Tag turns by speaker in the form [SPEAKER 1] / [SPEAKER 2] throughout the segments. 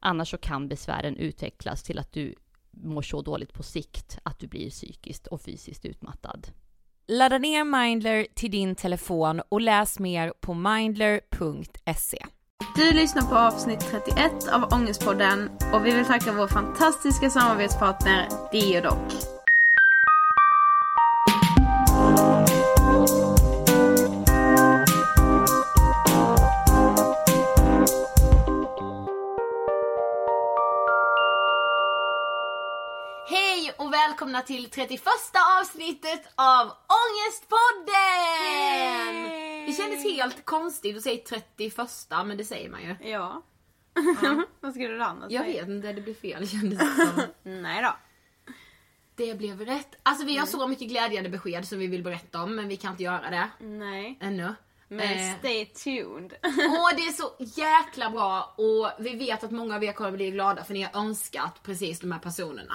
[SPEAKER 1] Annars så kan besvären utvecklas till att du mår så dåligt på sikt att du blir psykiskt och fysiskt utmattad.
[SPEAKER 2] Ladda ner Mindler till din telefon och läs mer på mindler.se.
[SPEAKER 3] Du lyssnar på avsnitt 31 av Ångestpodden och vi vill tacka vår fantastiska samarbetspartner Deodoc. Hej och välkomna till 31 avsnittet av Ångestpodden! Det kändes helt konstigt att säga 31 men det säger man ju.
[SPEAKER 4] Ja. Vad skulle du annars
[SPEAKER 3] Jag vet inte, det blev fel kändes det som.
[SPEAKER 4] Nej då.
[SPEAKER 3] Det blev rätt. Alltså vi har så mycket glädjande besked som vi vill berätta om men vi kan inte göra det
[SPEAKER 4] Mm. Nej.
[SPEAKER 3] ännu. Eh,
[SPEAKER 4] stay tuned.
[SPEAKER 3] Åh, det är så jäkla bra och vi vet att många av er kommer bli glada för ni har önskat precis de här personerna.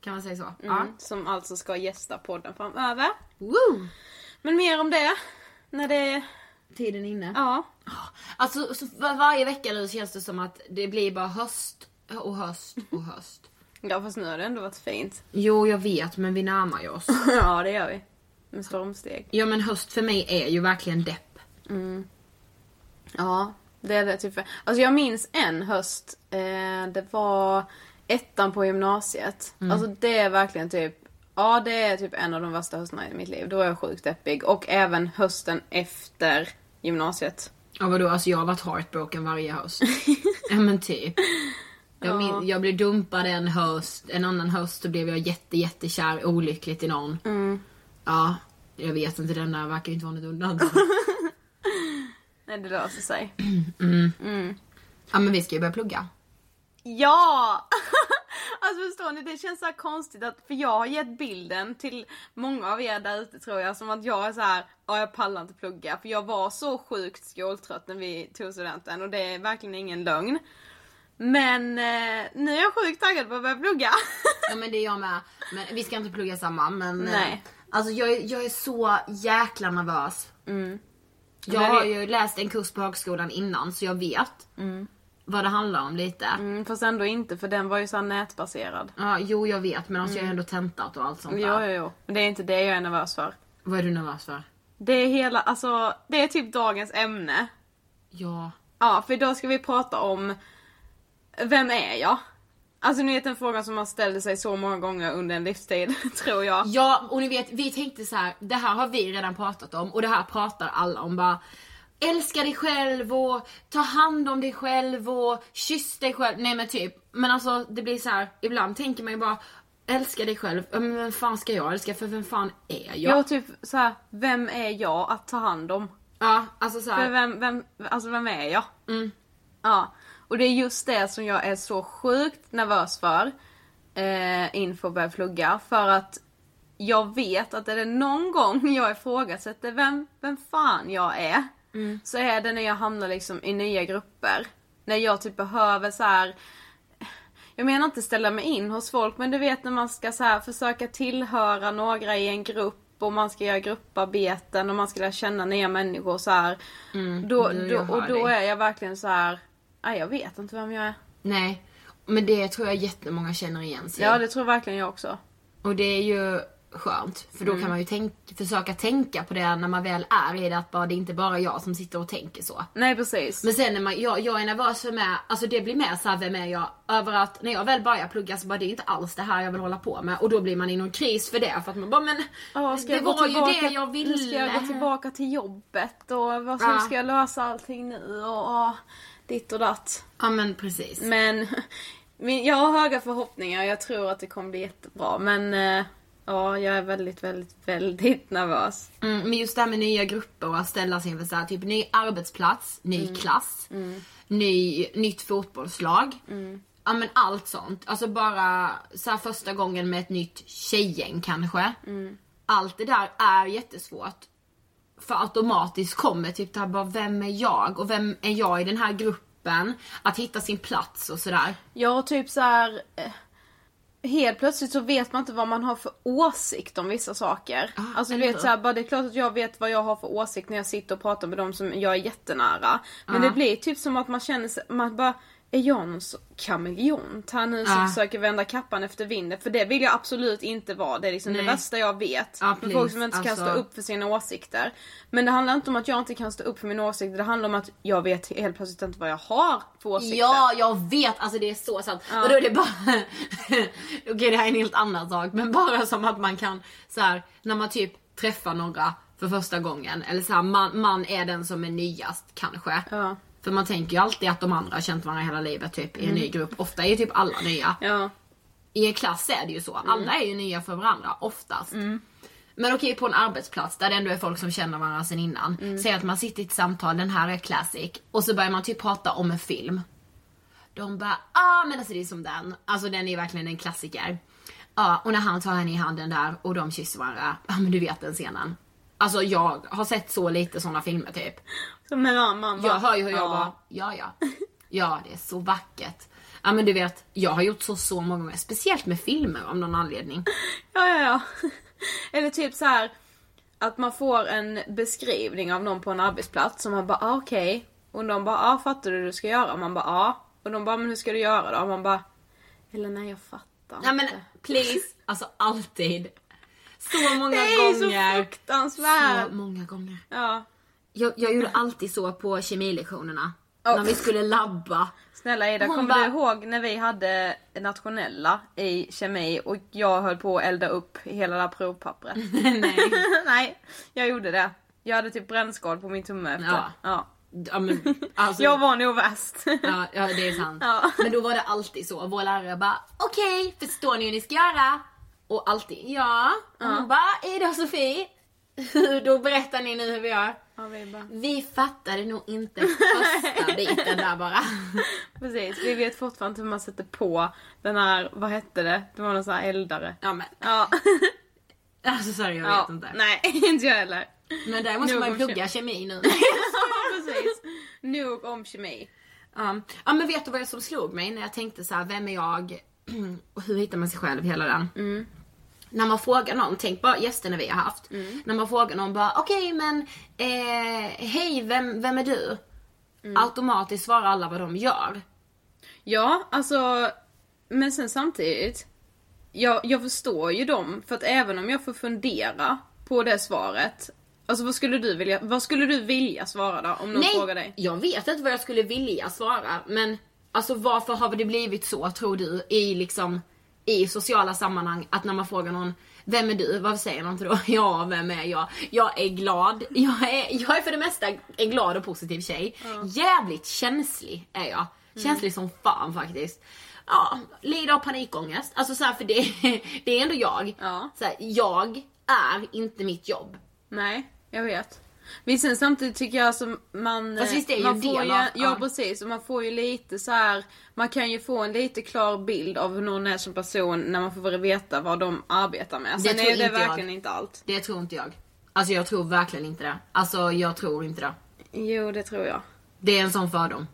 [SPEAKER 3] Kan man säga så? Ja.
[SPEAKER 4] Som alltså ska gästa podden framöver.
[SPEAKER 3] Woo!
[SPEAKER 4] Men mer om det. När det...
[SPEAKER 3] Tiden är inne.
[SPEAKER 4] Ja.
[SPEAKER 3] Alltså så var, varje vecka nu känns det som att det blir bara höst och höst och höst.
[SPEAKER 4] Ja fast nu har det ändå varit fint.
[SPEAKER 3] Jo jag vet men vi närmar ju oss.
[SPEAKER 4] ja det gör vi. Med stormsteg.
[SPEAKER 3] Ja men höst för mig är ju verkligen depp.
[SPEAKER 4] Ja, det är det typ. Alltså jag minns en höst, eh, det var ettan på gymnasiet. Alltså det är verkligen typ, ja det är typ en av de värsta höstarna i mitt liv. Då var jag sjukt deppig. Och även hösten efter gymnasiet.
[SPEAKER 3] Ja vadå alltså jag har varit heartbroken varje höst. ja men typ. Jag, min, jag blev dumpad en höst, en annan höst så blev jag jätte jättekär olyckligt i någon.
[SPEAKER 4] Mm.
[SPEAKER 3] Ja, jag vet inte den där verkar ju inte vara något undantag.
[SPEAKER 4] Nej det löser sig.
[SPEAKER 3] ja men vi ska ju börja plugga.
[SPEAKER 4] Ja! Alltså förstår ni, det känns så här konstigt att, för jag har gett bilden till många av er där ute tror jag, som att jag är så här, ja jag pallar inte plugga, för jag var så sjukt skoltrött när vi tog studenten och det är verkligen ingen lögn. Men eh, nu är jag sjukt taggad på att börja plugga.
[SPEAKER 3] Ja men det är jag med. Men vi ska inte plugga samma men...
[SPEAKER 4] Nej.
[SPEAKER 3] eh, Alltså jag, är- jag är så jäkla nervös. Jag
[SPEAKER 4] Mm. Men det-
[SPEAKER 3] har ju läst en kurs på högskolan innan så jag vet vad det handlar om lite.
[SPEAKER 4] Mm, fast ändå inte, för den var ju så här nätbaserad.
[SPEAKER 3] Ja, jo jag vet men alltså jag
[SPEAKER 4] Mm.
[SPEAKER 3] har ändå tentat och allt sånt där.
[SPEAKER 4] Jo, jo, jo. Men det är inte det jag är nervös för.
[SPEAKER 3] Vad är du nervös för?
[SPEAKER 4] Det är hela, alltså, det är typ dagens ämne.
[SPEAKER 3] Ja.
[SPEAKER 4] Ja, för idag ska vi prata om Vem är jag? Alltså ni vet den frågan som man ställer sig så många gånger under en livstid, tror jag.
[SPEAKER 3] Ja och ni vet vi tänkte så här: det här har vi redan pratat om och det här pratar alla om bara Älska dig själv och ta hand om dig själv och kyss dig själv. Nej men typ. Men alltså det blir så här. ibland tänker man ju bara älska dig själv. Ja, Men vem fan ska jag älska för vem fan är jag?
[SPEAKER 4] Jag typ så här, vem är jag att ta hand om?
[SPEAKER 3] Ja alltså så
[SPEAKER 4] För
[SPEAKER 3] här.
[SPEAKER 4] vem, vem, alltså vem är jag? Ja. Och det är just det som jag är så sjukt nervös för. Eh, inför att börja plugga. För att jag vet att är det någon gång jag ifrågasätter vem, vem fan jag är. Så är det när jag hamnar liksom i nya grupper. När jag typ behöver så här. Jag menar inte ställa mig in hos folk men du vet när man ska så här försöka tillhöra några i en grupp och man ska göra grupparbeten och man ska lära känna nya människor så här. då,
[SPEAKER 3] Mm, du,
[SPEAKER 4] då,
[SPEAKER 3] jag hör
[SPEAKER 4] och då
[SPEAKER 3] dig.
[SPEAKER 4] är jag verkligen så här. "Aj, jag vet inte vem jag är.
[SPEAKER 3] Nej. Men det tror jag jättemånga känner igen sig i.
[SPEAKER 4] Ja det tror verkligen jag också.
[SPEAKER 3] Och det är ju skönt, för då
[SPEAKER 4] Mm.
[SPEAKER 3] kan man ju tänk- försöka tänka på det när man väl är i det, att bara, det är inte bara jag som sitter och tänker så.
[SPEAKER 4] Nej precis.
[SPEAKER 3] Men sen när man, jag, jag är nervös för med, alltså det blir mer såhär, vem är jag? Över att när jag väl börjar plugga så bara, det är inte alls det här jag vill hålla på med. Och då blir man i någon kris för det, för att man bara, men
[SPEAKER 4] Ja, ska
[SPEAKER 3] det
[SPEAKER 4] jag gå
[SPEAKER 3] var ju
[SPEAKER 4] tillbaka-
[SPEAKER 3] det jag
[SPEAKER 4] nu Ska jag gå
[SPEAKER 3] ville.
[SPEAKER 4] tillbaka till jobbet och vad
[SPEAKER 3] Ja.
[SPEAKER 4] hur ska jag lösa allting nu och, och ditt och datt.
[SPEAKER 3] Ja men precis.
[SPEAKER 4] Men min, jag har höga förhoppningar jag tror att det kommer bli jättebra men eh, ja, jag är väldigt, väldigt, väldigt nervös.
[SPEAKER 3] Mm, men just det här med nya grupper och att ställa sig inför så här, typ ny arbetsplats, ny klass, Ny, nytt fotbollslag. Ja men allt sånt. Alltså bara så här första gången med ett nytt tjejgäng kanske. Allt det där är jättesvårt. För automatiskt kommer typ det här bara, vem är jag? Och vem är jag i den här gruppen? Att hitta sin plats och sådär.
[SPEAKER 4] Jag har typ så här. eh, Helt plötsligt så vet man inte vad man har för åsikt om vissa saker.
[SPEAKER 3] Ah,
[SPEAKER 4] alltså du
[SPEAKER 3] eller
[SPEAKER 4] vet
[SPEAKER 3] hur?
[SPEAKER 4] så här, bara det är klart att jag vet vad jag har för
[SPEAKER 3] Ah.
[SPEAKER 4] åsikt när jag sitter och pratar med dem som jag är jättenära. Men det blir typ som att man känner sig, man bara Är jag någon så- kameleont här nu som
[SPEAKER 3] Ja.
[SPEAKER 4] försöker vända kappan efter vinden? För det vill jag absolut inte vara. Det är liksom det
[SPEAKER 3] Nej.
[SPEAKER 4] värsta jag vet.
[SPEAKER 3] Ja,
[SPEAKER 4] med folk som
[SPEAKER 3] please.
[SPEAKER 4] inte kan stå
[SPEAKER 3] Alltså-
[SPEAKER 4] upp för sina åsikter. Men det handlar inte om att jag inte kan stå upp för mina åsikter. Det handlar om att jag vet helt plötsligt inte vad jag har för åsikter.
[SPEAKER 3] Ja, jag vet! Alltså det är så sant. Och då är det bara... Okej, det här är en helt annan sak. Men bara som att man kan så här, när man typ träffar några för första gången. Eller så här, man, man är den som är nyast kanske.
[SPEAKER 4] Ja.
[SPEAKER 3] För man tänker ju alltid att de andra har känt varandra hela livet typ i en
[SPEAKER 4] Mm.
[SPEAKER 3] ny grupp. Ofta är ju typ alla nya.
[SPEAKER 4] Ja.
[SPEAKER 3] I en klass är det ju så. Alla är ju nya för varandra oftast. Men okej på en arbetsplats där det ändå är folk som känner varandra sen innan. Säg att man sitter i ett samtal, den här är classic. Och så börjar man typ prata om en film. De bara ah men alltså det är som den. Alltså den är verkligen en klassiker. Ja och när han tar henne i handen där och de kysser varandra. Ja men du vet den scenen. Alltså jag har sett så lite såna filmer typ.
[SPEAKER 4] Som en annan man
[SPEAKER 3] Jag hör ju hur jag
[SPEAKER 4] Ja.
[SPEAKER 3] bara, ja ja. Ja det är så vackert. Ja men du vet, jag har gjort så så många gånger. Speciellt med filmer av någon anledning.
[SPEAKER 4] Ja, ja, ja. Eller typ så här att man får en beskrivning av någon på en arbetsplats som man bara ah, okej. Och de bara ah, fattar du hur du ska göra? Och man bara ah. Och de bara men hur ska du göra då? Och man bara eller nej jag fattar
[SPEAKER 3] Nej men
[SPEAKER 4] inte.
[SPEAKER 3] please. Alltså alltid. Så många
[SPEAKER 4] Det är så
[SPEAKER 3] gånger.
[SPEAKER 4] fruktansvärt.
[SPEAKER 3] så många gånger.
[SPEAKER 4] Ja.
[SPEAKER 3] Jag, jag gjorde alltid så på kemilektionerna.
[SPEAKER 4] Ja.
[SPEAKER 3] När vi skulle labba.
[SPEAKER 4] Snälla Ida,
[SPEAKER 3] Hon
[SPEAKER 4] kommer du
[SPEAKER 3] bara-
[SPEAKER 4] ihåg när vi hade nationella i kemi och jag höll på att elda upp hela det här provpappret?
[SPEAKER 3] Nej.
[SPEAKER 4] nej, jag gjorde det. Jag hade typ brännskal på min tumme efter.
[SPEAKER 3] Ja.
[SPEAKER 4] Ja.
[SPEAKER 3] Ja, men, alltså,
[SPEAKER 4] Jag var nog värst.
[SPEAKER 3] ja, ja det är sant.
[SPEAKER 4] Ja.
[SPEAKER 3] Men då var det alltid så. Vår lärare bara okej förstår ni hur ni ska göra? Och alltid ja. Och hon bara Ida och Sofie. hur- Då berättar ni nu hur vi gör.
[SPEAKER 4] Ja, vi bara...
[SPEAKER 3] Vi fattade nog inte första biten där bara.
[SPEAKER 4] Precis, vi vet fortfarande inte hur man sätter på den här, vad hette det? Det var någon sån här eldare.
[SPEAKER 3] Ja men
[SPEAKER 4] Ja.
[SPEAKER 3] alltså sorry jag
[SPEAKER 4] ja.
[SPEAKER 3] vet inte.
[SPEAKER 4] Nej, inte jag heller.
[SPEAKER 3] Men däremot ska
[SPEAKER 4] Nu
[SPEAKER 3] man ju
[SPEAKER 4] kommer
[SPEAKER 3] plugga kemi nu.
[SPEAKER 4] Ja, Precis. Nog om kemi.
[SPEAKER 3] Ja. ja men vet du vad som slog mig när jag tänkte så här, vem är jag och hur hittar man sig själv hela den? När man frågar någon, tänk bara gästerna vi har haft. När man frågar någon bara okej men eh, hej vem, vem är du? Automatiskt svarar alla vad de gör.
[SPEAKER 4] Ja, alltså. Men sen samtidigt. Jag, jag förstår ju dem, för att även om jag får fundera på det svaret. Alltså vad skulle du vilja, vad skulle du vilja svara då? Om någon frågar dig?
[SPEAKER 3] jag vet inte vad jag skulle vilja svara men alltså varför har det blivit så tror du i liksom i sociala sammanhang att när man frågar någon vem är du? Vad säger någon till då? Ja, vem är jag? Jag är glad. Jag är, jag är för det mesta en glad och positiv tjej. Jävligt känslig är jag.
[SPEAKER 4] Mm.
[SPEAKER 3] Känslig som fan faktiskt. Ja, lider av panikångest. Alltså så här, för det, det är ändå jag.
[SPEAKER 4] Ja.
[SPEAKER 3] Så här, jag är inte mitt jobb.
[SPEAKER 4] Nej, jag vet. Men sen samtidigt tycker jag alltså man...
[SPEAKER 3] Fast visst är ju
[SPEAKER 4] man
[SPEAKER 3] en del
[SPEAKER 4] får ju,
[SPEAKER 3] av-
[SPEAKER 4] Ja
[SPEAKER 3] ja.
[SPEAKER 4] precis, och man får ju lite så här. Man kan ju få en lite klar bild av hur någon är som person när man får veta vad de arbetar med.
[SPEAKER 3] Det
[SPEAKER 4] Sen
[SPEAKER 3] tror
[SPEAKER 4] är det
[SPEAKER 3] inte jag.
[SPEAKER 4] verkligen inte allt.
[SPEAKER 3] Det tror inte jag. Alltså jag tror verkligen inte det. Alltså jag tror inte det.
[SPEAKER 4] Jo, det tror jag.
[SPEAKER 3] Det är en sån fördom.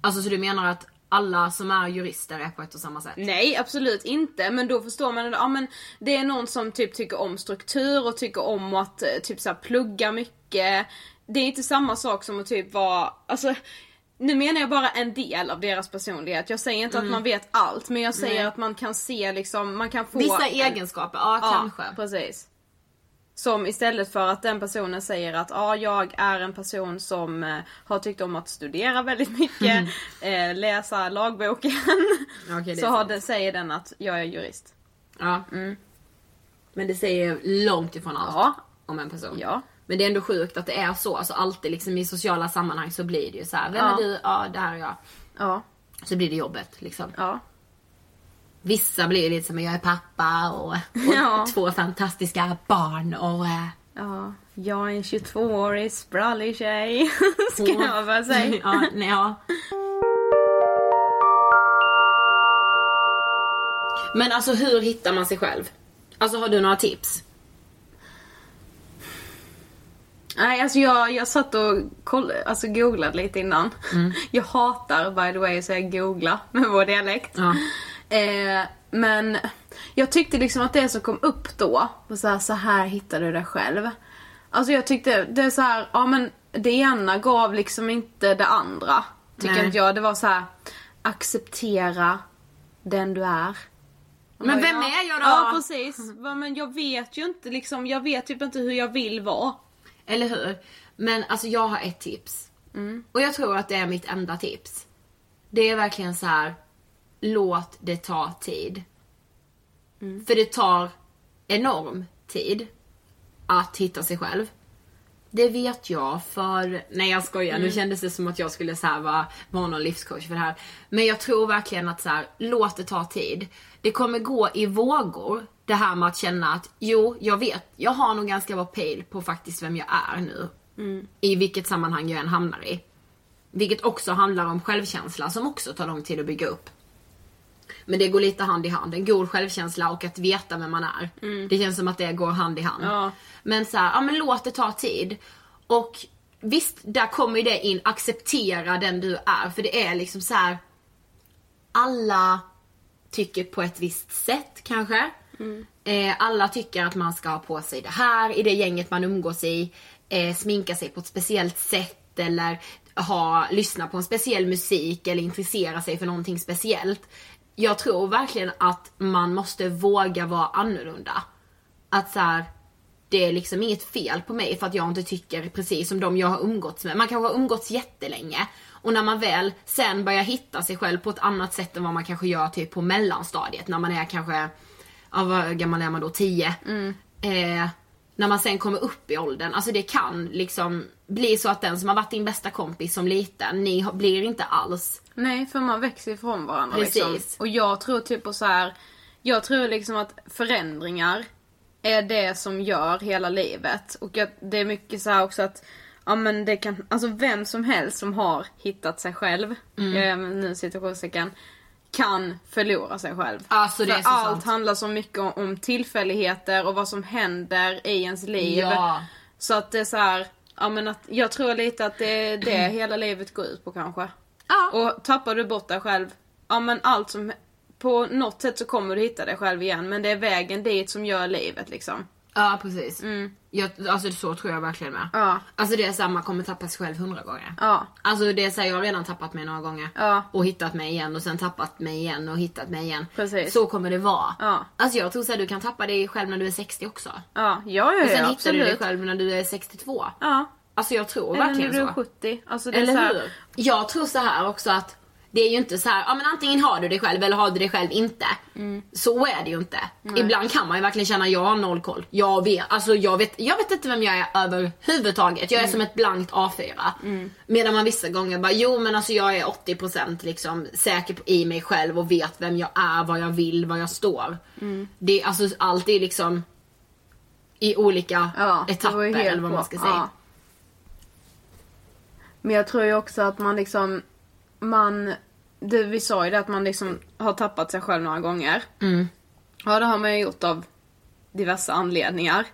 [SPEAKER 3] Alltså så du menar att alla som är jurister är på ett och samma sätt?
[SPEAKER 4] Nej, absolut inte. Men då förstår man att ja, men det är någon som typ tycker om struktur och tycker om att eh, typ så här, plugga mycket. Det är inte samma sak som att typ vara, alltså nu menar jag bara en del av deras personlighet. Jag säger
[SPEAKER 3] Mm.
[SPEAKER 4] inte att man vet allt men jag säger att man kan se liksom, man kan få...
[SPEAKER 3] Vissa
[SPEAKER 4] en-
[SPEAKER 3] egenskaper, ja,
[SPEAKER 4] Ja,
[SPEAKER 3] kanske.
[SPEAKER 4] precis. Som istället för att den personen säger att ja, jag är en person som eh, har tyckt om att studera väldigt mycket,
[SPEAKER 3] Mm.
[SPEAKER 4] eh, läsa lagboken.
[SPEAKER 3] Okej, det är
[SPEAKER 4] så har
[SPEAKER 3] sant.
[SPEAKER 4] den, säger den att jag är jurist.
[SPEAKER 3] Ja. Men det säger långt ifrån allt
[SPEAKER 4] Ja.
[SPEAKER 3] om en person.
[SPEAKER 4] Ja.
[SPEAKER 3] Men det är ändå sjukt att det är så. Alltså alltid liksom i sociala sammanhang så blir det ju så här. Vem
[SPEAKER 4] Ja.
[SPEAKER 3] är du? Ja, det här är jag.
[SPEAKER 4] Ja,
[SPEAKER 3] Så blir det jobbet liksom.
[SPEAKER 4] ja.
[SPEAKER 3] Vissa blir ju lite som jag är pappa och, och
[SPEAKER 4] Ja.
[SPEAKER 3] två fantastiska barn och... eh,
[SPEAKER 4] Ja, jag är en 22-årig sprallig tjej. Ska jag bara säga.
[SPEAKER 3] ja, nej, ja. Men alltså hur hittar man sig själv? Alltså har du några tips?
[SPEAKER 4] Nej, alltså jag, jag satt och koll, alltså googlade lite innan.
[SPEAKER 3] Mm.
[SPEAKER 4] Jag hatar by the way att säga googla med vår dialekt.
[SPEAKER 3] Ja.
[SPEAKER 4] Eh, men jag tyckte liksom att det som kom upp då var så här, så här hittar du dig själv. Alltså jag tyckte det är så här, ja men det ena gav liksom inte det andra. Tycker
[SPEAKER 3] Nej.
[SPEAKER 4] inte jag. Det var så här, acceptera den du är.
[SPEAKER 3] Men vem är jag då?
[SPEAKER 4] Ja precis. Va, Men jag vet ju inte liksom, jag vet typ inte hur jag vill vara.
[SPEAKER 3] Eller hur? Men alltså jag har ett tips. Och jag tror att det är mitt enda tips. Det är verkligen så här. låt det ta tid. För det tar enorm tid att hitta sig själv. Det vet jag för, nej jag skojar, nu kändes det som att jag skulle så här vara, vara någon livscoach för det här. Men jag tror verkligen att så här, låt det ta tid. Det kommer gå i vågor, det här med att känna att jo, jag vet, jag har nog ganska bra pejl på faktiskt vem jag är nu. I vilket sammanhang jag än hamnar i. Vilket också handlar om självkänsla som också tar lång tid att bygga upp. Men det går lite hand i hand. En god självkänsla och att veta vem man är. Det känns som att det går hand i hand. Men så här, ja men låt det ta tid. Och visst, där kommer ju det in, acceptera den du är. För det är liksom så här. alla tycker på ett visst sätt kanske. Eh, alla tycker att man ska ha på sig det här i det gänget man umgås i. Eh, sminka sig på ett speciellt sätt eller ha, lyssna på en speciell musik eller intressera sig för någonting speciellt. Jag tror verkligen att man måste våga vara annorlunda. Att så här, det är liksom inget fel på mig för att jag inte tycker precis som de jag har umgåtts med. Man kanske har umgåtts jättelänge och när man väl sen börjar hitta sig själv på ett annat sätt än vad man kanske gör typ på mellanstadiet när man är kanske, ja, vad gammal är man då, 10? Eh, när man sen kommer upp i åldern, alltså det kan liksom bli så att den som har varit din bästa kompis som liten, ni har- blir inte alls
[SPEAKER 4] Nej, för man växer ifrån varandra
[SPEAKER 3] Precis.
[SPEAKER 4] liksom. Och jag tror typ på så här. Jag tror liksom att förändringar är det som gör hela livet. Och jag, det är mycket så här också att Ja men det kan, alltså vem som helst som har hittat sig själv, jag
[SPEAKER 3] Mm.
[SPEAKER 4] använder nu situationstecken, kan förlora sig själv.
[SPEAKER 3] Alltså, det
[SPEAKER 4] För
[SPEAKER 3] är så
[SPEAKER 4] allt
[SPEAKER 3] sant.
[SPEAKER 4] handlar så mycket om, om tillfälligheter och vad som händer i ens liv.
[SPEAKER 3] Ja.
[SPEAKER 4] Så att det är så här, ja men att, jag tror lite att det är det hela livet går ut på kanske.
[SPEAKER 3] Ja.
[SPEAKER 4] Och tappar du bort dig själv, ja men allt som, på något sätt så kommer du hitta dig själv igen men det är vägen dit som gör livet liksom.
[SPEAKER 3] Ja precis. Jag, alltså så tror jag verkligen med.
[SPEAKER 4] Mm. Ja.
[SPEAKER 3] Alltså det är såhär man kommer tappa sig själv hundra gånger.
[SPEAKER 4] Ja.
[SPEAKER 3] Alltså det är såhär jag har redan tappat mig några gånger.
[SPEAKER 4] Ja.
[SPEAKER 3] Och hittat mig igen och sen tappat mig igen och hittat mig igen.
[SPEAKER 4] Precis.
[SPEAKER 3] Så kommer det vara.
[SPEAKER 4] Ja.
[SPEAKER 3] Alltså jag tror såhär du kan tappa dig själv när du är 60 också.
[SPEAKER 4] Ja, ja, ja,
[SPEAKER 3] och sen
[SPEAKER 4] ja
[SPEAKER 3] hittar du
[SPEAKER 4] absolut.
[SPEAKER 3] dig själv när du är 62.
[SPEAKER 4] Ja.
[SPEAKER 3] Alltså jag tror
[SPEAKER 4] Eller när
[SPEAKER 3] verkligen
[SPEAKER 4] du är
[SPEAKER 3] så.
[SPEAKER 4] 70. Alltså det är
[SPEAKER 3] Eller
[SPEAKER 4] så här,
[SPEAKER 3] hur? Jag tror så här också att det är ju inte så här, ja men antingen har du det själv eller har du det själv inte. Så är det ju inte. Ibland kan man ju verkligen känna, jag har noll koll. Jag vet, alltså jag vet, jag vet inte vem jag är överhuvudtaget.
[SPEAKER 4] Mm.
[SPEAKER 3] Jag är som ett blankt A4. Medan man vissa gånger bara, jo men alltså jag är 80% liksom säker på- i mig själv och vet vem jag är, vad jag vill, vad jag står.
[SPEAKER 4] Mm.
[SPEAKER 3] Det är alltså alltid liksom i olika
[SPEAKER 4] Ja, det var ju
[SPEAKER 3] etapper
[SPEAKER 4] helt
[SPEAKER 3] eller vad man
[SPEAKER 4] bra.
[SPEAKER 3] ska säga.
[SPEAKER 4] Ja. Men jag tror ju också att man liksom, man, det, vi sa ju det att man liksom har tappat sig själv några gånger. Ja det har man ju gjort av diverse anledningar.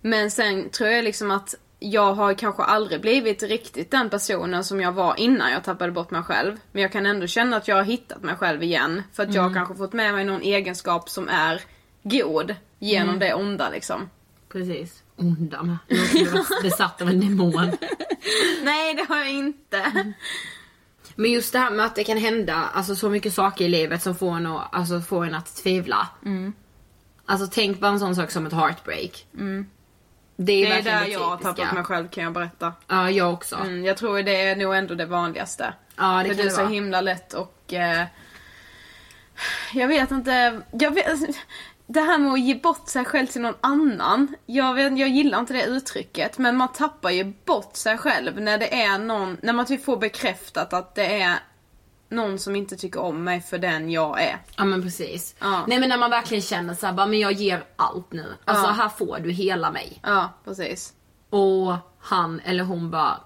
[SPEAKER 4] Men sen tror jag liksom att jag har kanske aldrig blivit riktigt den personen som jag var innan jag tappade bort mig själv. Men jag kan ändå känna att jag har hittat mig själv igen. För att jag har kanske fått med mig någon egenskap som är god genom det onda liksom.
[SPEAKER 3] Precis. Onda med. Jag skulle vara besatt av en demon.
[SPEAKER 4] Nej det har jag inte.
[SPEAKER 3] Men just det här med att det kan hända alltså, så mycket saker i livet som får en att, alltså, får en att tvivla. Alltså tänk på en sån sak som ett heartbreak. Mm. Det är,
[SPEAKER 4] Det är
[SPEAKER 3] verkligen
[SPEAKER 4] där jag har tappat mig
[SPEAKER 3] själv.
[SPEAKER 4] själv kan jag berätta.
[SPEAKER 3] Ja, jag också.
[SPEAKER 4] Mm, jag tror det är nog ändå det vanligaste.
[SPEAKER 3] Ja,
[SPEAKER 4] För
[SPEAKER 3] det kan
[SPEAKER 4] det är
[SPEAKER 3] det
[SPEAKER 4] så
[SPEAKER 3] vara.
[SPEAKER 4] himla lätt och... Eh, jag vet inte... Jag vet, det här med att ge bort sig själv till någon annan. Jag, vet, jag gillar inte det uttrycket men man tappar ju bort sig själv när det är någon... När man typ får bekräftat att det är någon som inte tycker om mig för den jag är.
[SPEAKER 3] Ja men precis.
[SPEAKER 4] Ja.
[SPEAKER 3] Nej men när man verkligen känner såhär, bara, men jag ger allt nu. Alltså här får du hela mig.
[SPEAKER 4] Ja, precis.
[SPEAKER 3] Och han eller hon bara,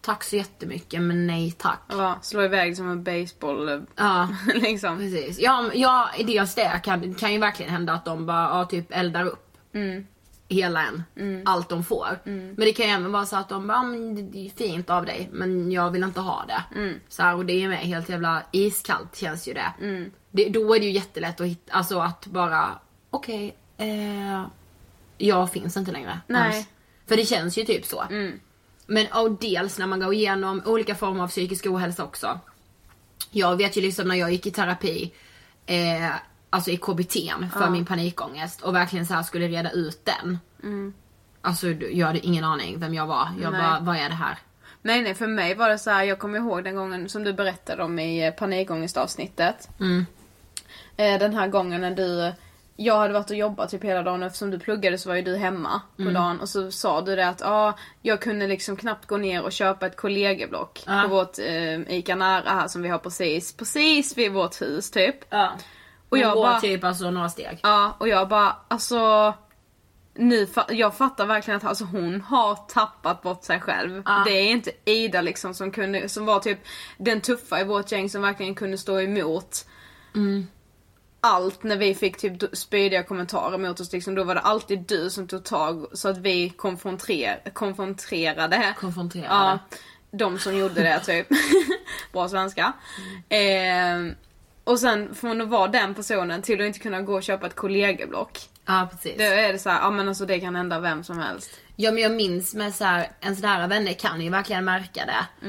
[SPEAKER 3] tack så jättemycket men nej tack.
[SPEAKER 4] Ja, slå iväg som en baseball
[SPEAKER 3] Ja.
[SPEAKER 4] liksom.
[SPEAKER 3] Precis. Ja, men- ja dels det kan, kan ju verkligen hända att de bara ja, typ eldar upp
[SPEAKER 4] Mm.
[SPEAKER 3] hela en. Allt de får. Men det kan ju även vara så att de bara, ja, men det- det är fint av dig men jag vill inte ha det.
[SPEAKER 4] Mm.
[SPEAKER 3] Så här, och det är med helt jävla iskallt känns ju det.
[SPEAKER 4] Mm.
[SPEAKER 3] det då är det ju jättelätt att hitta, alltså att bara, okej, eh, jag finns inte längre.
[SPEAKER 4] Nej. Mm.
[SPEAKER 3] ens. För det känns ju typ så. Men och dels när man går igenom olika former av psykisk ohälsa också. Jag vet ju liksom när jag gick i terapi, eh, alltså i KBT för min panikångest och verkligen så här skulle reda ut den. Alltså du- jag hade ingen aning vem jag var. Jag
[SPEAKER 4] Nej.
[SPEAKER 3] bara, vad är det här?
[SPEAKER 4] Nej nej för mig var det så här, jag kommer ihåg den gången som du berättade om i eh, panikångestavsnittet. Eh, Den här gången när du, jag hade varit och jobbat typ hela dagen och eftersom du pluggade så var ju du hemma på dagen och så sa du det att ah, jag kunde liksom knappt gå ner och köpa ett kollegieblock på vårt eh, ICA Nära här som vi har precis, precis vid vårt hus typ.
[SPEAKER 3] Ja.
[SPEAKER 4] Och jag
[SPEAKER 3] går
[SPEAKER 4] bara-
[SPEAKER 3] typ alltså några steg.
[SPEAKER 4] Ja, och jag bara, alltså... Nu, fa- jag fattar verkligen att alltså, hon har tappat bort sig själv. Det är inte Ida liksom som, kunde, som var typ den tuffa i vårt gäng som verkligen kunde stå emot allt när vi fick typ d- spydiga kommentarer mot oss. Liksom, då var det alltid du som tog tag så att vi konfronter- konfronterade
[SPEAKER 3] Konfronterade.
[SPEAKER 4] ja, de som gjorde det typ. Bra svenska. Eh, och sen från att vara den personen till att inte kunna gå och köpa ett kollegieblock.
[SPEAKER 3] Ja precis.
[SPEAKER 4] Då är det så här, ja men alltså det kan hända vem som helst.
[SPEAKER 3] Ja men jag minns med så här, ens nära vänner kan ju verkligen märka det.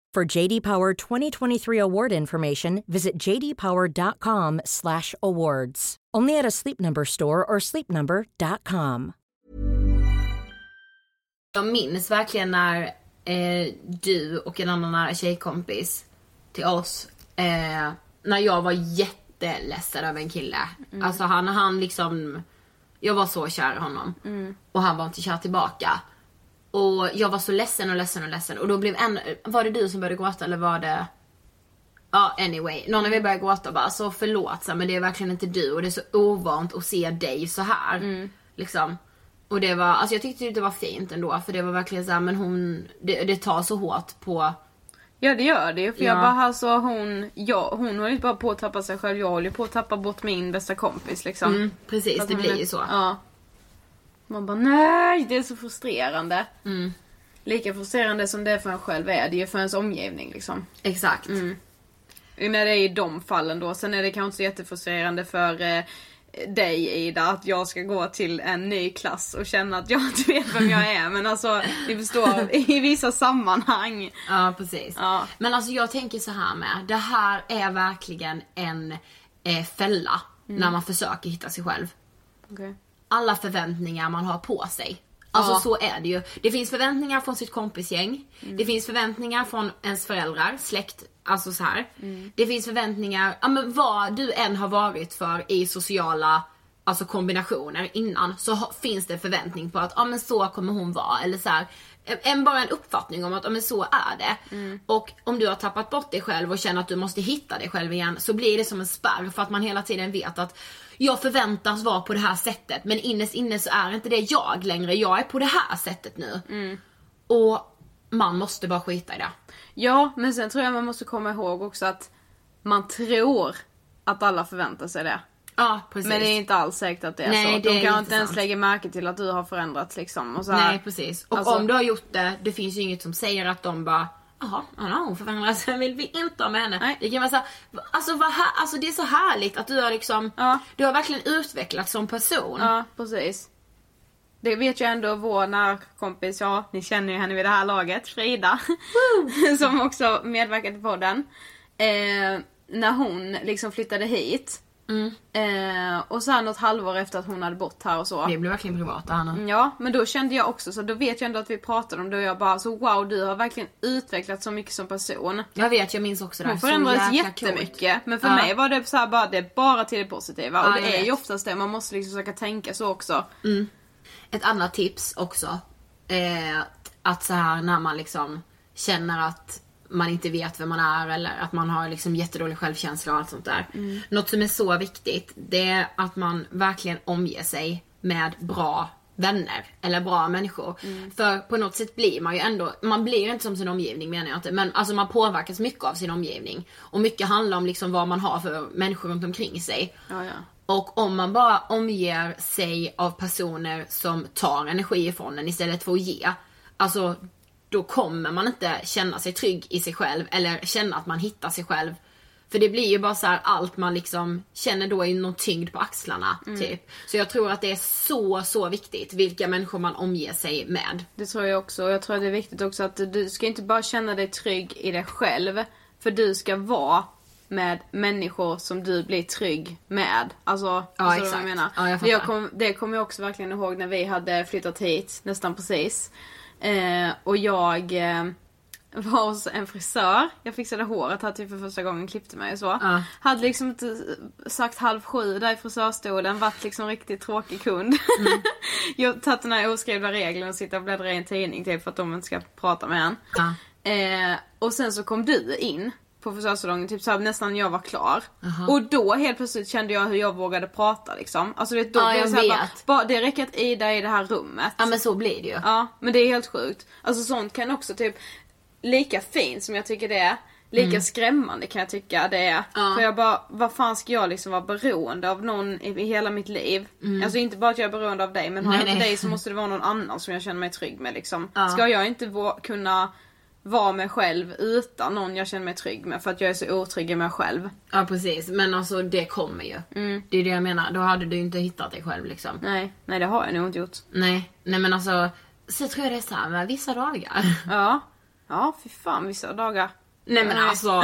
[SPEAKER 5] For JD Power 2023 award information, visit jdpower.com/awards. Only at a Sleep Number store or sleepnumber.com.
[SPEAKER 3] Jag minns verkligen när eh, du och en annan nära tjejkompis till oss, eh, när jag var jätteledsen över en kille. Alltså han, han liksom, jag var så kär i honom och han var inte kär tillbaka. Och jag var så ledsen och ledsen och ledsen och då blev en, var det du som började gråta eller var det Ja anyway, någon av er började gråta bara så förlåt så här, men det är verkligen inte du och det är så ovant att se dig så här.
[SPEAKER 4] Mm.
[SPEAKER 3] Liksom. Och det var, alltså jag tyckte det var fint ändå för det var verkligen så här, men hon, det, det tar så hårt på,
[SPEAKER 4] Ja det gör det ju för jag
[SPEAKER 3] Ja.
[SPEAKER 4] bara alltså hon, ja, hon håller inte bara på att tappa sig själv, jag håller ju på att tappa bort min bästa kompis liksom.
[SPEAKER 3] Mm, precis,
[SPEAKER 4] Fast
[SPEAKER 3] det
[SPEAKER 4] man
[SPEAKER 3] blir ju så.
[SPEAKER 4] Ja. Man bara nej det är så frustrerande.
[SPEAKER 3] Mm.
[SPEAKER 4] Lika frustrerande som det är för en själv är det ju för ens omgivning liksom.
[SPEAKER 3] exakt.
[SPEAKER 4] När det är i de fallen då. Sen är det kanske inte så jättefrustrerande för eh, dig Ida att jag ska gå till en ny klass och känna att jag inte vet vem jag är. Men alltså ni förstår, i vissa sammanhang.
[SPEAKER 3] Ja precis.
[SPEAKER 4] Ja.
[SPEAKER 3] Men alltså jag tänker så här med, det här är verkligen en eh, fälla
[SPEAKER 4] Mm.
[SPEAKER 3] när man försöker hitta sig själv. alla förväntningar man har på sig. Alltså så är det ju. Det finns förväntningar från sitt kompisgäng. Det finns förväntningar från ens föräldrar, släkt, alltså så här. Det finns förväntningar, ja men vad du än har varit för i sociala alltså kombinationer innan så ha, finns det förväntning på att ja men så kommer hon vara eller så här. En- En, bara en uppfattning om att ja, men så är det. Och om du har tappat bort dig själv och känner att du måste hitta dig själv igen så blir det som en spärr för att man hela tiden vet att jag förväntas vara på det här sättet men innerst inne så är inte det jag längre. Jag är på det här sättet nu.
[SPEAKER 4] Mm.
[SPEAKER 3] Och man måste bara skita i det.
[SPEAKER 4] Ja, men sen tror jag man måste komma ihåg också att man tror att alla förväntar sig det.
[SPEAKER 3] Ja precis.
[SPEAKER 4] Men det är inte alls säkert att det är
[SPEAKER 3] Nej,
[SPEAKER 4] så.
[SPEAKER 3] det
[SPEAKER 4] De
[SPEAKER 3] är
[SPEAKER 4] kan
[SPEAKER 3] inte
[SPEAKER 4] inte ens
[SPEAKER 3] sant.
[SPEAKER 4] lägga märke till att du har förändrats liksom. Och så här.
[SPEAKER 3] Nej precis. Och
[SPEAKER 4] Alltså-
[SPEAKER 3] om du har gjort det, det finns ju inget som säger att de bara jaha, ja, nu har hon förvandlat sig, vill vi inte ha med henne. Det kan vara så här, alltså, vad här, alltså det är så härligt att du har liksom, du har verkligen utvecklats som person.
[SPEAKER 4] Ja, precis. Det vet ju ändå vår närkompis, ja ni känner ju henne vid det här laget, Frida. som också medverkat i podden. Eh, när hon liksom flyttade hit.
[SPEAKER 3] Mm.
[SPEAKER 4] Eh, och sen något halvår efter att hon hade bott här och så.
[SPEAKER 3] Vi blir verkligen privata här nu.
[SPEAKER 4] Ja, men då kände jag också så, då vet jag ändå att vi pratade om det och jag bara så wow du har verkligen utvecklats så mycket som person.
[SPEAKER 3] Jag vet, jag minns också det här.
[SPEAKER 4] Hon
[SPEAKER 3] Så
[SPEAKER 4] förändrades
[SPEAKER 3] jäkla coolt.
[SPEAKER 4] jättemycket. Men för
[SPEAKER 3] Ja.
[SPEAKER 4] mig var det så här bara, det är bara till det positiva.
[SPEAKER 3] Ja,
[SPEAKER 4] och
[SPEAKER 3] jag
[SPEAKER 4] det är ju
[SPEAKER 3] vet.
[SPEAKER 4] oftast det, man måste liksom försöka tänka så också.
[SPEAKER 3] Mm. Ett annat tips också. Eh, att så här när man liksom känner att man inte vet vem man är eller att man har liksom jättedålig självkänsla och allt sånt där.
[SPEAKER 6] Mm.
[SPEAKER 3] Något som är så viktigt det är att man verkligen omger sig med bra vänner eller bra människor.
[SPEAKER 6] Mm.
[SPEAKER 3] För på något sätt blir man ju ändå, man blir ju inte som sin omgivning menar jag inte, men alltså man påverkas mycket av sin omgivning. Och mycket handlar om liksom vad man har för människor runt omkring sig.
[SPEAKER 4] Ja, ja.
[SPEAKER 3] Och om man bara omger sig av personer som tar energi ifrån en istället för att ge. Alltså, då kommer man inte känna sig trygg i sig själv eller känna att man hittar sig själv. För det blir ju bara så här allt man liksom känner då är någon tyngd på axlarna.
[SPEAKER 4] Mm.
[SPEAKER 3] Typ. Så jag tror att det är så, så viktigt vilka människor man omger sig med.
[SPEAKER 4] Det tror jag också. Och jag tror att det är viktigt också att du ska inte bara känna dig trygg i dig själv. För du ska vara med människor som du blir trygg med. Alltså,
[SPEAKER 3] Ja,
[SPEAKER 4] förstår du
[SPEAKER 3] exakt.
[SPEAKER 4] vad jag menar?
[SPEAKER 3] Ja, jag
[SPEAKER 4] För jag
[SPEAKER 3] fattar.
[SPEAKER 4] kom, det kommer jag också verkligen ihåg när vi hade flyttat hit, nästan precis. Eh, och jag eh, var hos en frisör. Jag fixade håret här typ för första gången, klippte mig och så.
[SPEAKER 3] Ja.
[SPEAKER 4] Hade liksom inte sagt halv sju där i frisörstolen, varit liksom riktigt tråkig kund.
[SPEAKER 3] Mm.
[SPEAKER 4] jag har tagit den här oskrivna regeln och sitta och bläddra i en tidning typ för att de inte ska prata med en.
[SPEAKER 3] Ja.
[SPEAKER 4] Eh, och sen så kom du in på frisörsalongen typ såhär, nästan när jag var klar.
[SPEAKER 3] Aha.
[SPEAKER 4] Och då helt plötsligt kände jag hur jag vågade prata liksom. Alltså vet, då
[SPEAKER 3] Ja,
[SPEAKER 4] blev
[SPEAKER 3] jag
[SPEAKER 4] det såhär, bara,
[SPEAKER 3] vet.
[SPEAKER 4] bara, det räcker att Ida är i det här rummet.
[SPEAKER 3] Ja men så blir det ju.
[SPEAKER 4] Ja, men det är helt sjukt. Alltså sånt kan också typ, lika fint som jag tycker det är, lika
[SPEAKER 3] Mm.
[SPEAKER 4] skrämmande kan jag tycka det är.
[SPEAKER 3] Ja.
[SPEAKER 4] För jag bara, vad fan ska jag liksom vara beroende av någon i, i hela mitt liv?
[SPEAKER 3] Mm.
[SPEAKER 4] Alltså inte bara att jag är beroende av dig men har
[SPEAKER 3] Nej,
[SPEAKER 4] jag inte
[SPEAKER 3] nej.
[SPEAKER 4] dig så måste det vara någon annan som jag känner mig trygg med liksom.
[SPEAKER 3] Ja.
[SPEAKER 4] Ska jag inte vå- kunna vara mig själv utan någon jag känner mig trygg med för att jag är så otrygg i mig själv.
[SPEAKER 3] Ja precis, men alltså det kommer ju.
[SPEAKER 4] Mm.
[SPEAKER 3] Det är det jag menar, då hade du inte hittat dig själv liksom.
[SPEAKER 4] Nej, nej det har jag nog inte gjort.
[SPEAKER 3] Nej, nej men alltså. Så tror jag det är så här med vissa dagar.
[SPEAKER 4] Ja. Ja, fy fan vissa dagar.
[SPEAKER 3] Nej men alltså,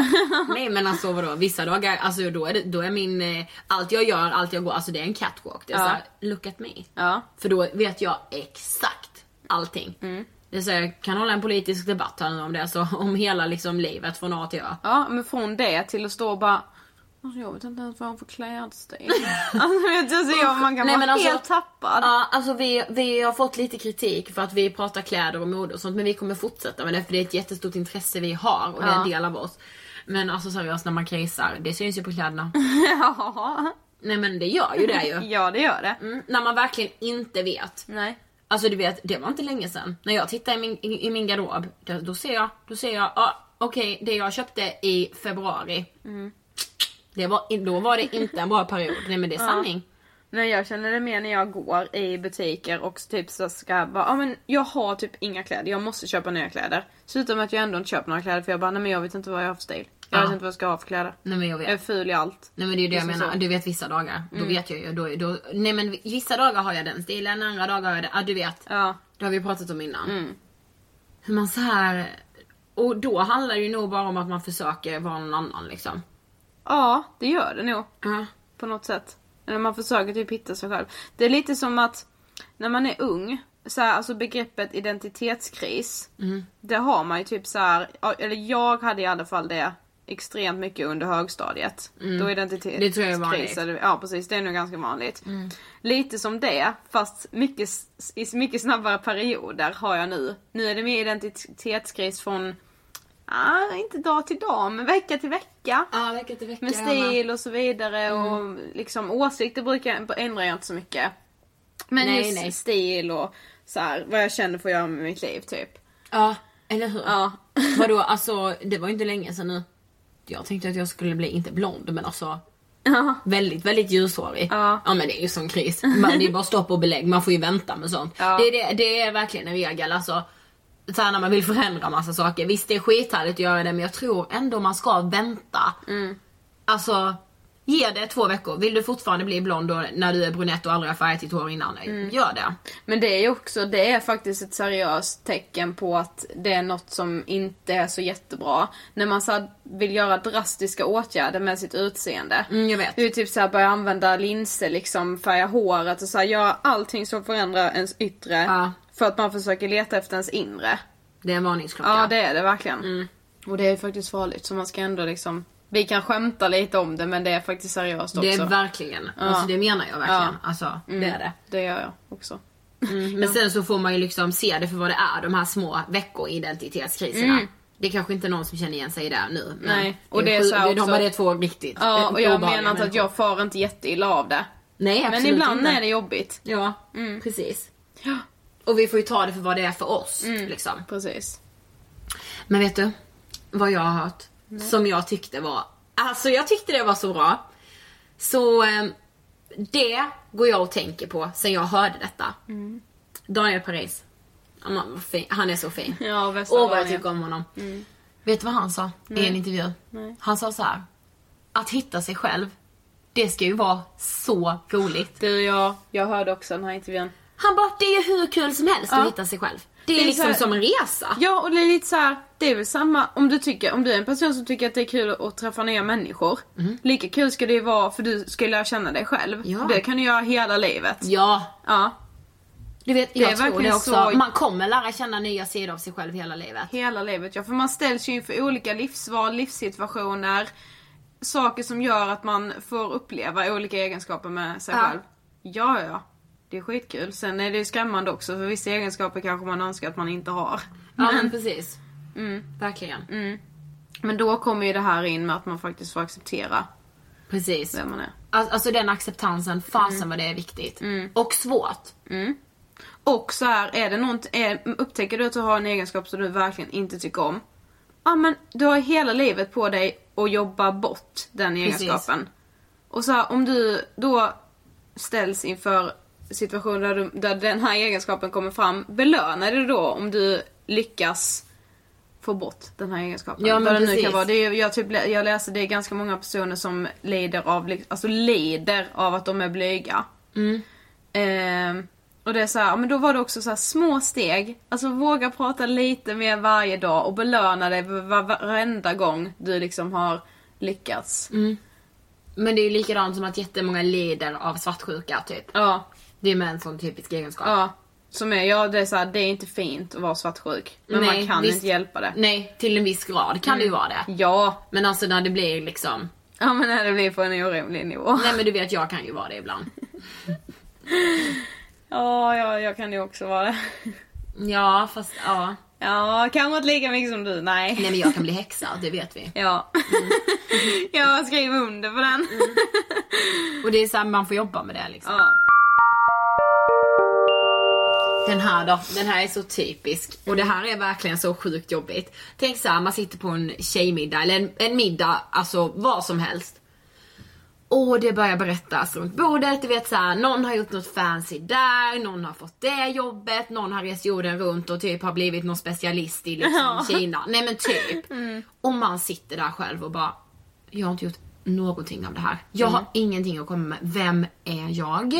[SPEAKER 3] nej men alltså vadå, vissa dagar, alltså då är, det, då är min, eh, allt jag gör, allt jag går, alltså det är en catwalk. Det är
[SPEAKER 4] Ja.
[SPEAKER 3] såhär, look at me.
[SPEAKER 4] Ja.
[SPEAKER 3] För då vet jag exakt allting. Det är så här, jag kan hålla en politisk debatt här nu om det, alltså om hela liksom livet från A till Ö.
[SPEAKER 4] Ja, men från det till att stå och bara Alltså jag vet inte ens vad han får klädstil. alltså vet du, så jag, man kan vara helt tappad.
[SPEAKER 3] alltså- Ja, alltså vi, vi har fått lite kritik för att vi pratar kläder och mode och sånt men vi kommer fortsätta med det för det är ett jättestort intresse vi har och det är en
[SPEAKER 4] Ja.
[SPEAKER 3] del av oss. Men alltså seriöst när man krisar, det syns ju på kläderna.
[SPEAKER 4] ja.
[SPEAKER 3] Nej men det gör ju det ju.
[SPEAKER 4] ja, det gör det.
[SPEAKER 3] Mm, när man verkligen inte vet.
[SPEAKER 4] Nej.
[SPEAKER 3] Alltså du vet, det var inte länge sedan. När jag tittar i min, i, i min garderob, då, då ser jag, då ser jag, ah, okej det jag köpte i februari,
[SPEAKER 4] Mm.
[SPEAKER 3] det var, då var det inte en bra period. Nej men det är
[SPEAKER 4] Ja.
[SPEAKER 3] sanning.
[SPEAKER 4] Nej, jag känner det mer när jag går i butiker och typ så ska bara, ja men jag har typ inga kläder, jag måste köpa nya kläder. Slutar med att jag ändå inte köper några kläder för jag bara, nej men jag vet inte vad jag har för stil. Jag
[SPEAKER 3] Ja.
[SPEAKER 4] vet inte vad jag ska ha för kläder.
[SPEAKER 3] Nej men jag vet.
[SPEAKER 4] Jag är ful i allt.
[SPEAKER 3] Nej men det är ju det jag
[SPEAKER 4] Liksom
[SPEAKER 3] menar,
[SPEAKER 4] så.
[SPEAKER 3] du vet vissa dagar, då
[SPEAKER 4] Mm.
[SPEAKER 3] vet jag ju. Då, då, nej men vissa dagar har jag den stilen, andra dagar har jag den, ja du vet.
[SPEAKER 4] Ja.
[SPEAKER 3] Det har vi pratat om innan.
[SPEAKER 4] Mm.
[SPEAKER 3] Hur man så här och då handlar det ju nog bara om att man försöker vara någon annan liksom.
[SPEAKER 4] Ja, det gör det nog. På något sätt. Eller man försöker typ hitta sig själv. Det är lite som att när man är ung, så här, alltså begreppet identitetskris.
[SPEAKER 3] Mm.
[SPEAKER 4] Det har man ju typ så här, ja, eller jag hade i alla fall det extremt mycket under högstadiet.
[SPEAKER 3] Mm.
[SPEAKER 4] Då
[SPEAKER 3] Det tror jag är vanligt. Mm.
[SPEAKER 4] identitetskris, eller- ja precis det är nog ganska vanligt. Lite som det, fast mycket, s- i mycket snabbare perioder har jag nu. Nu är det mer identitetskris från, ah, inte dag till dag, men vecka till vecka.
[SPEAKER 3] Ja vecka till vecka.
[SPEAKER 4] Med stil och så vidare och
[SPEAKER 3] Mm.
[SPEAKER 4] liksom åsikter brukar ändrar jag inte så mycket. Men
[SPEAKER 3] Nej,
[SPEAKER 4] just
[SPEAKER 3] nej.
[SPEAKER 4] stil och så här, vad jag känner för att göra med mitt liv typ.
[SPEAKER 3] Ja, eller hur?
[SPEAKER 4] Ja.
[SPEAKER 3] Vadå alltså, det var ju inte länge sedan nu. Jag tänkte att jag skulle bli, inte blond men alltså Väldigt, väldigt ljushårig. Ja. men det är ju sån kris. Man, det är ju bara stopp och belägg, man får ju vänta med sånt.
[SPEAKER 4] Ja.
[SPEAKER 3] Det, är det, det är verkligen en regel alltså. så här när man vill förändra massa saker. Visst det är skithärligt att göra det men jag tror ändå man ska vänta. Alltså, ge det två veckor. Vill du fortfarande bli blond och, när du är brunett och aldrig har färgat ditt hår innan? Gör det.
[SPEAKER 4] Men det är ju också, det är faktiskt ett seriöst tecken på att det är något som inte är så jättebra. När man så här vill göra drastiska åtgärder med sitt utseende.
[SPEAKER 3] Mm, jag vet.
[SPEAKER 4] Det är ju typ såhär börja använda linser liksom, färga håret och så här, göra allting som förändrar ens yttre.
[SPEAKER 3] Ja.
[SPEAKER 4] För att man försöker leta efter ens inre.
[SPEAKER 3] Det är en varningsklocka.
[SPEAKER 4] Ja, Mm. det är det verkligen. Och det är ju faktiskt farligt så man ska ändå liksom vi kan skämta lite om det men det är faktiskt seriöst också.
[SPEAKER 3] Det är verkligen, alltså det menar jag verkligen.
[SPEAKER 4] Ja.
[SPEAKER 3] Alltså,
[SPEAKER 4] Mm,
[SPEAKER 3] det är det.
[SPEAKER 4] Det gör jag också.
[SPEAKER 3] Men sen så får man ju liksom se det för vad det är, de här små veckoidentitetskriserna.
[SPEAKER 4] Mm.
[SPEAKER 3] Det är kanske inte någon som känner igen sig i det nu. men
[SPEAKER 4] Nej, och
[SPEAKER 3] ju
[SPEAKER 4] det är
[SPEAKER 3] sju-
[SPEAKER 4] så här
[SPEAKER 3] de
[SPEAKER 4] också-
[SPEAKER 3] bara, det är två riktigt
[SPEAKER 4] Ja,
[SPEAKER 3] eh,
[SPEAKER 4] och jag
[SPEAKER 3] obehagliga
[SPEAKER 4] menar inte att
[SPEAKER 3] människor.
[SPEAKER 4] jag far inte jätteilla av det.
[SPEAKER 3] Nej,
[SPEAKER 4] Men
[SPEAKER 3] absolut
[SPEAKER 4] ibland
[SPEAKER 3] inte.
[SPEAKER 4] är det Mm. jobbigt.
[SPEAKER 3] Ja, precis. Och vi får ju ta det för vad det är för oss.
[SPEAKER 4] Mm.
[SPEAKER 3] Liksom.
[SPEAKER 4] Precis.
[SPEAKER 3] Men vet du? Vad jag har hört. Som jag tyckte var... Alltså jag tyckte det var så bra. Så eh, det går jag och tänker på sen jag hörde detta. Daniel Paris. Ja, man, vad fin. Han är så fin.
[SPEAKER 4] Ja, värsta
[SPEAKER 3] Åh vad jag
[SPEAKER 4] Daniel.
[SPEAKER 3] tycker om honom. Vet du vad han sa i en intervju? Han sa så här. Att hitta sig själv, det ska ju vara så roligt.
[SPEAKER 4] Du, jag, jag hörde också den här intervjun.
[SPEAKER 3] Han bara, det är ju hur kul som helst att hitta sig själv. Det är,
[SPEAKER 4] Det är
[SPEAKER 3] liksom
[SPEAKER 4] så här-
[SPEAKER 3] som en resa.
[SPEAKER 4] Ja, och det är lite så här, det är väl samma om du tycker, om du är en person som tycker att det är kul att träffa nya människor. Lika kul ska det ju vara för du ska ju lära känna dig själv.
[SPEAKER 3] Ja.
[SPEAKER 4] Det kan du göra hela livet.
[SPEAKER 3] Ja,
[SPEAKER 4] Ja,
[SPEAKER 3] du vet,
[SPEAKER 4] är
[SPEAKER 3] jag tror det
[SPEAKER 4] verkligen
[SPEAKER 3] också.
[SPEAKER 4] så-
[SPEAKER 3] Man kommer lära känna nya sidor av sig själv hela livet.
[SPEAKER 4] hela livet. Ja, för man ställs ju inför olika livsval, livssituationer. Saker som gör att man får uppleva olika egenskaper med sig
[SPEAKER 3] Ja.
[SPEAKER 4] själv. Ja, ja, ja. Det är skitkul. Sen är det ju skrämmande också för vissa egenskaper kanske man önskar att man inte har.
[SPEAKER 3] Ja, men precis.
[SPEAKER 4] Mm.
[SPEAKER 3] Verkligen.
[SPEAKER 4] Men då kommer ju det här in med att man faktiskt får acceptera
[SPEAKER 3] Precis.
[SPEAKER 4] vem man Mm. är.
[SPEAKER 3] Al- Alltså den acceptansen, fasen vad det är viktigt.
[SPEAKER 4] Mm.
[SPEAKER 3] Och svårt.
[SPEAKER 4] Och så här, är det något, är, upptäcker du att du har en egenskap som du verkligen inte tycker om. Ja men du har hela livet på dig att jobba bort den
[SPEAKER 3] Precis.
[SPEAKER 4] egenskapen. Och så här, om du då ställs inför situationer där, du, där den här egenskapen kommer fram, belönar du då om du lyckas få bort den här egenskapen.
[SPEAKER 3] Ja, men
[SPEAKER 4] Vad det nu
[SPEAKER 3] precis.
[SPEAKER 4] kan vara. Det är, ju- jag, typ, lä- jag läser det är ganska många personer som lider av, li- alltså lider av att de är blyga.
[SPEAKER 3] Mm.
[SPEAKER 4] Ehm, och det är så här, ja, men då var det också så här små steg. Alltså våga prata lite mer varje dag och belöna dig var- var- varenda gång du liksom har lyckats.
[SPEAKER 3] Mm. Men det är ju likadant som att jättemånga lider av svartsjuka typ.
[SPEAKER 4] Ja,
[SPEAKER 3] Det är med en sån typisk egenskap.
[SPEAKER 4] ja. Som är, ja det är så här, det är inte fint att vara svartsjuk. Men
[SPEAKER 3] Nej,
[SPEAKER 4] man kan
[SPEAKER 3] visst.
[SPEAKER 4] inte hjälpa det. Mm.
[SPEAKER 3] Nej, till en viss grad kan det ju vara det.
[SPEAKER 4] Ja,
[SPEAKER 3] Men alltså när det blir liksom...
[SPEAKER 4] ja men när det blir på en orimlig nivå.
[SPEAKER 3] Nej men du vet, jag kan ju vara det ibland.
[SPEAKER 4] Ja, ja, jag kan ju också vara det.
[SPEAKER 3] Ja, fast ja.
[SPEAKER 4] Ja, kanske inte lika mycket som du, nej.
[SPEAKER 3] Nej men jag kan bli häxa, det vet vi.
[SPEAKER 4] Ja. jag skrev under på den.
[SPEAKER 3] Och det är såhär, man får jobba med det liksom.
[SPEAKER 4] Ja.
[SPEAKER 3] Den här då, den här är så typisk. Och det här är verkligen så sjukt jobbigt. Tänk så här, man sitter på en tjejmiddag eller en, en middag, alltså vad som helst. Och det börjar berättas runt bordet, du vet såhär, någon har gjort något fancy där, någon har fått det jobbet, någon har rest jorden runt och typ har blivit någon specialist i liksom Kina. Nej men typ.
[SPEAKER 4] Mm.
[SPEAKER 3] Och man sitter där själv och bara, jag har inte gjort någonting av det här. Jag
[SPEAKER 4] Mm.
[SPEAKER 3] har ingenting att komma med. Vem är jag?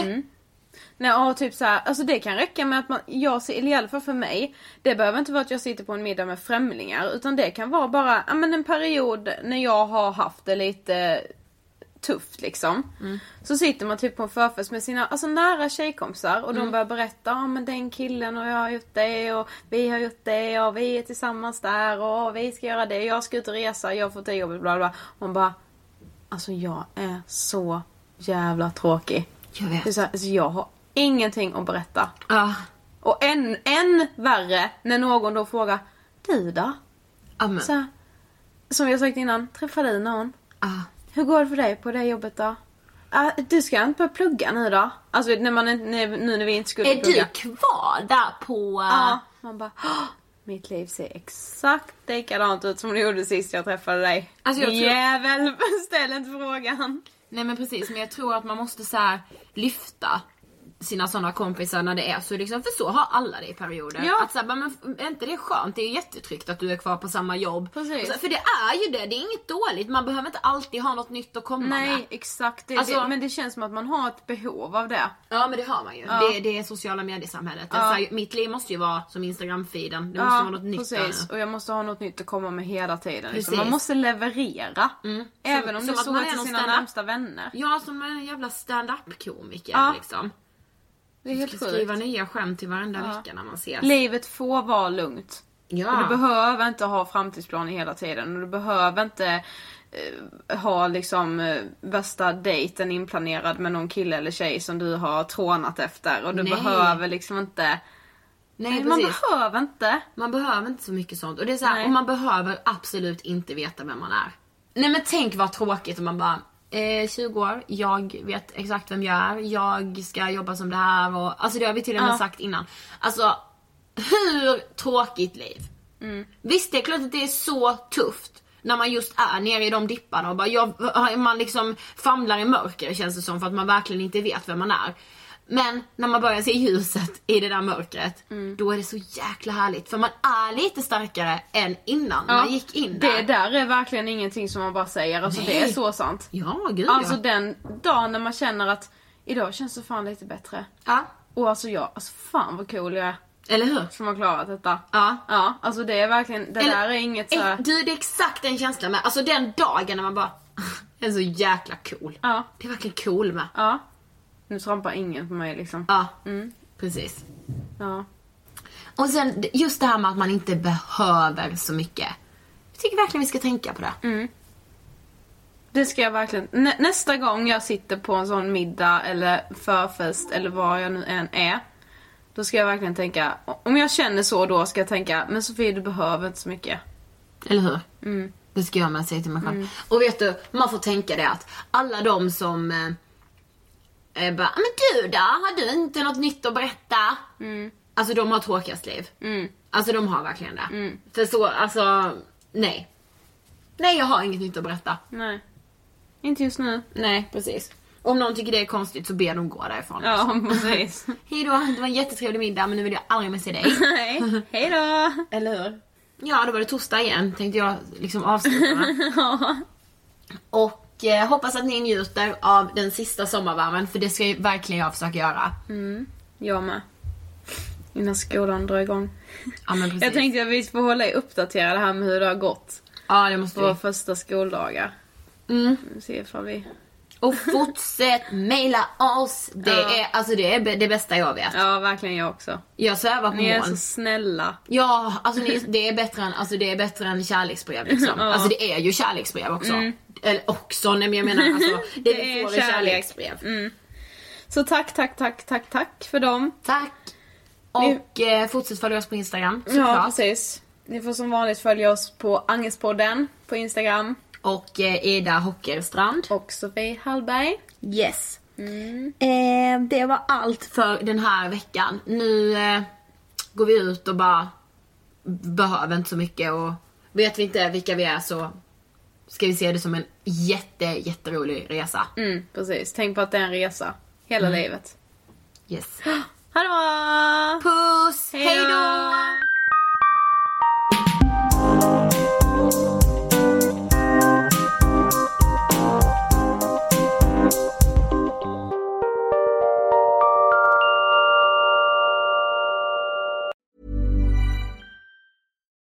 [SPEAKER 4] Nej, ja, typ så här, alltså det kan räcka med att man, jag ser, eller i alla fall för mig, det behöver inte vara att jag sitter på en middag med främlingar utan det kan vara bara ja, men en period när jag har haft det lite tufft liksom. Så sitter man typ på en förfest med sina alltså, nära tjejkompisar och de börjar berätta om men den killen och jag har gjort det och vi har gjort det och vi är tillsammans där och vi ska göra det, jag ska ut och resa, jag har fått det jobbet bla bla. bla. Man bara Alltså jag är så jävla tråkig.
[SPEAKER 3] Jag vet.
[SPEAKER 4] Det är så här, alltså jag har ingenting att berätta.
[SPEAKER 3] Ah.
[SPEAKER 4] Och än, än värre när någon då frågar Du då?
[SPEAKER 3] Amen.
[SPEAKER 4] Så här, som jag sagt innan, träffa dig någon.
[SPEAKER 3] Ah.
[SPEAKER 4] Hur går det för dig på det jobbet då? Ah, du ska inte börja plugga nu då? Alltså när man, inte- när, nu när vi inte skulle
[SPEAKER 3] Är du
[SPEAKER 4] plugga.
[SPEAKER 3] kvar där på... eh,
[SPEAKER 4] Ja, man bara "Åh, mitt liv ser exakt likadant ut som det gjorde sist jag träffade dig.
[SPEAKER 3] Alltså, jag tror-
[SPEAKER 4] Jävel, ställ inte frågan.
[SPEAKER 3] Nej men precis, men jag tror att man måste så här lyfta sina sådana kompisar när det är så liksom, för så har alla det i perioder.
[SPEAKER 4] Ja.
[SPEAKER 3] Att så här, bara, men f- är inte det skönt? Det är ju jättetryggt att du är kvar på samma jobb.
[SPEAKER 4] Precis.
[SPEAKER 3] Och Så, för det är ju det, det är inget dåligt. Man behöver inte alltid ha något nytt att komma med.
[SPEAKER 4] Nej exakt, det,
[SPEAKER 3] Oh Alltså-
[SPEAKER 4] det, men det känns som att man har ett behov av det.
[SPEAKER 3] Ja men det har man ju.
[SPEAKER 4] Ja.
[SPEAKER 3] Det, det är sociala mediesamhället.
[SPEAKER 4] Ja.
[SPEAKER 3] Alltså, mitt liv måste ju vara som instagram-feeden. Det måste vara något nytt där
[SPEAKER 4] precis.
[SPEAKER 3] nu.
[SPEAKER 4] Och jag måste ha något nytt att komma med hela tiden. Liksom.
[SPEAKER 3] Precis.
[SPEAKER 4] Man måste leverera. Även om
[SPEAKER 3] Som-
[SPEAKER 4] det
[SPEAKER 3] som att
[SPEAKER 4] så
[SPEAKER 3] man
[SPEAKER 4] är
[SPEAKER 3] är
[SPEAKER 4] till
[SPEAKER 3] någon
[SPEAKER 4] sina
[SPEAKER 3] stand-up-
[SPEAKER 4] närmsta vänner.
[SPEAKER 3] Ja som en jävla stand-up komiker
[SPEAKER 4] Ja.
[SPEAKER 3] liksom.
[SPEAKER 4] Det är helt
[SPEAKER 3] Ska skriva
[SPEAKER 4] sjukt.
[SPEAKER 3] nya skämt till varenda
[SPEAKER 4] Ja.
[SPEAKER 3] vecka när man ses.
[SPEAKER 4] Livet får vara lugnt.
[SPEAKER 3] Ja.
[SPEAKER 4] Och du behöver inte ha framtidsplaner hela tiden och du behöver inte eh, ha liksom eh, värsta dejten inplanerad med någon kille eller tjej som du har trånat efter och du
[SPEAKER 3] Nej.
[SPEAKER 4] behöver liksom inte...
[SPEAKER 3] Nej,
[SPEAKER 4] man
[SPEAKER 3] precis.
[SPEAKER 4] behöver inte.
[SPEAKER 3] Man behöver inte så mycket sånt. Och, det är så här,
[SPEAKER 4] Nej.
[SPEAKER 3] och man behöver absolut inte veta vem man är. Nej men tänk vad tråkigt om man bara Eh, 20 år, jag vet exakt vem jag är, jag ska jobba som det här och alltså det har vi till och med
[SPEAKER 4] Ja.
[SPEAKER 3] sagt innan. Alltså hur tråkigt liv?
[SPEAKER 4] Mm.
[SPEAKER 3] Visst det är klart att det är så tufft när man just är nere i de dipparna och bara jag, man liksom famlar i mörker känns det som för att man verkligen inte vet vem man är. Men när man börjar se ljuset i det där mörkret,
[SPEAKER 4] Mm.
[SPEAKER 3] då är det så jäkla härligt för man är lite starkare än innan man gick in där.
[SPEAKER 4] Det där är verkligen ingenting som man bara säger, alltså
[SPEAKER 3] Nej.
[SPEAKER 4] det är så sant.
[SPEAKER 3] Ja, gud
[SPEAKER 4] Alltså
[SPEAKER 3] ja.
[SPEAKER 4] den dagen när man känner att idag känns det fan lite bättre.
[SPEAKER 3] ja.
[SPEAKER 4] Och alltså jag, alltså fan vad cool jag är
[SPEAKER 3] Eller hur?
[SPEAKER 4] som har klarat detta.
[SPEAKER 3] Ja.
[SPEAKER 4] Ja, alltså det är verkligen, det
[SPEAKER 3] Eller-
[SPEAKER 4] där är inget så
[SPEAKER 3] Eh,
[SPEAKER 4] här,
[SPEAKER 3] Du, det är exakt den känslan med. Alltså den dagen när man bara, jag är så jäkla cool.
[SPEAKER 4] Ja.
[SPEAKER 3] Det är verkligen cool med.
[SPEAKER 4] ja. Nu trampar ingen på mig liksom.
[SPEAKER 3] Ja, precis.
[SPEAKER 4] Ja.
[SPEAKER 3] Och sen just det här med att man inte behöver så mycket. Jag tycker verkligen vi ska tänka på det.
[SPEAKER 4] Det ska jag verkligen. Nä, nästa gång jag sitter på en sån middag eller förfest eller var jag nu än är. Då ska jag verkligen tänka, om jag känner så då ska jag tänka, men Sofie du behöver inte så mycket.
[SPEAKER 3] Eller hur? Det ska jag med säga till mig själv. Och vet du, man får tänka det att alla de som eh, eh, bara, men du då? Har du inte något nytt att berätta? Alltså de har tråkigast liv. Alltså de har verkligen det. För så, alltså, nej. Nej, jag har inget nytt att berätta.
[SPEAKER 4] Nej. Inte just nu.
[SPEAKER 3] Nej, precis. Om någon tycker det är konstigt så ber de gå därifrån.
[SPEAKER 4] Ja, precis.
[SPEAKER 3] Hejdå, det var en jättetrevlig middag men nu vill jag aldrig mer se dig.
[SPEAKER 4] Nej. Hejdå!
[SPEAKER 3] Eller hur? Ja, då var det torsdag igen tänkte jag liksom avsluta med. Och eh, hoppas att ni njuter av den sista sommarvärmen för det ska ju verkligen jag försöka göra.
[SPEAKER 4] Jag med. Innan skolan drar igång.
[SPEAKER 3] Ja, men precis.
[SPEAKER 4] Jag tänkte att vi får hålla er uppdaterade här med hur det har gått.
[SPEAKER 3] Ja, det måste
[SPEAKER 4] Våra
[SPEAKER 3] vi.
[SPEAKER 4] första skoldagar.
[SPEAKER 3] Mm.
[SPEAKER 4] Vi får se ifall vi...
[SPEAKER 3] Och fortsätt mejla oss. Det
[SPEAKER 4] Ja.
[SPEAKER 3] är alltså det, är b- det bästa jag vet.
[SPEAKER 4] Ja, verkligen jag också.
[SPEAKER 3] Jag svävar på
[SPEAKER 4] Ni är
[SPEAKER 3] moln.
[SPEAKER 4] så snälla.
[SPEAKER 3] Ja, alltså ni, det, är bättre än, alltså det är bättre än kärleksbrev liksom.
[SPEAKER 4] Ja. Mm.
[SPEAKER 3] Alltså det är ju kärleksbrev också. Eller också, nej men jag menar alltså det, vi
[SPEAKER 4] är
[SPEAKER 3] får är
[SPEAKER 4] kärlek.
[SPEAKER 3] kärleksbrev.
[SPEAKER 4] Så tack, tack, tack, tack, tack för dem.
[SPEAKER 3] Tack! Och eh, fortsätt följa oss på Instagram
[SPEAKER 4] Ja,
[SPEAKER 3] såklart.
[SPEAKER 4] precis. Ni får som vanligt följa oss på Angestpodden på Instagram.
[SPEAKER 3] och eh, Ida Hockerstrand.
[SPEAKER 4] Och Sofie Hallberg.
[SPEAKER 3] Yes. Eh, det var allt för den här veckan. Nu eh, går vi ut och bara behöver inte så mycket och vet vi inte vilka vi är så ska vi se det som en jätte, jätterolig resa.
[SPEAKER 4] Mm, precis. Tänk på att det är en resa. Hela
[SPEAKER 3] Mm.
[SPEAKER 4] livet.
[SPEAKER 3] Yes.
[SPEAKER 4] Ha det bra!
[SPEAKER 3] Puss! Hej
[SPEAKER 4] Hejdå!
[SPEAKER 3] då!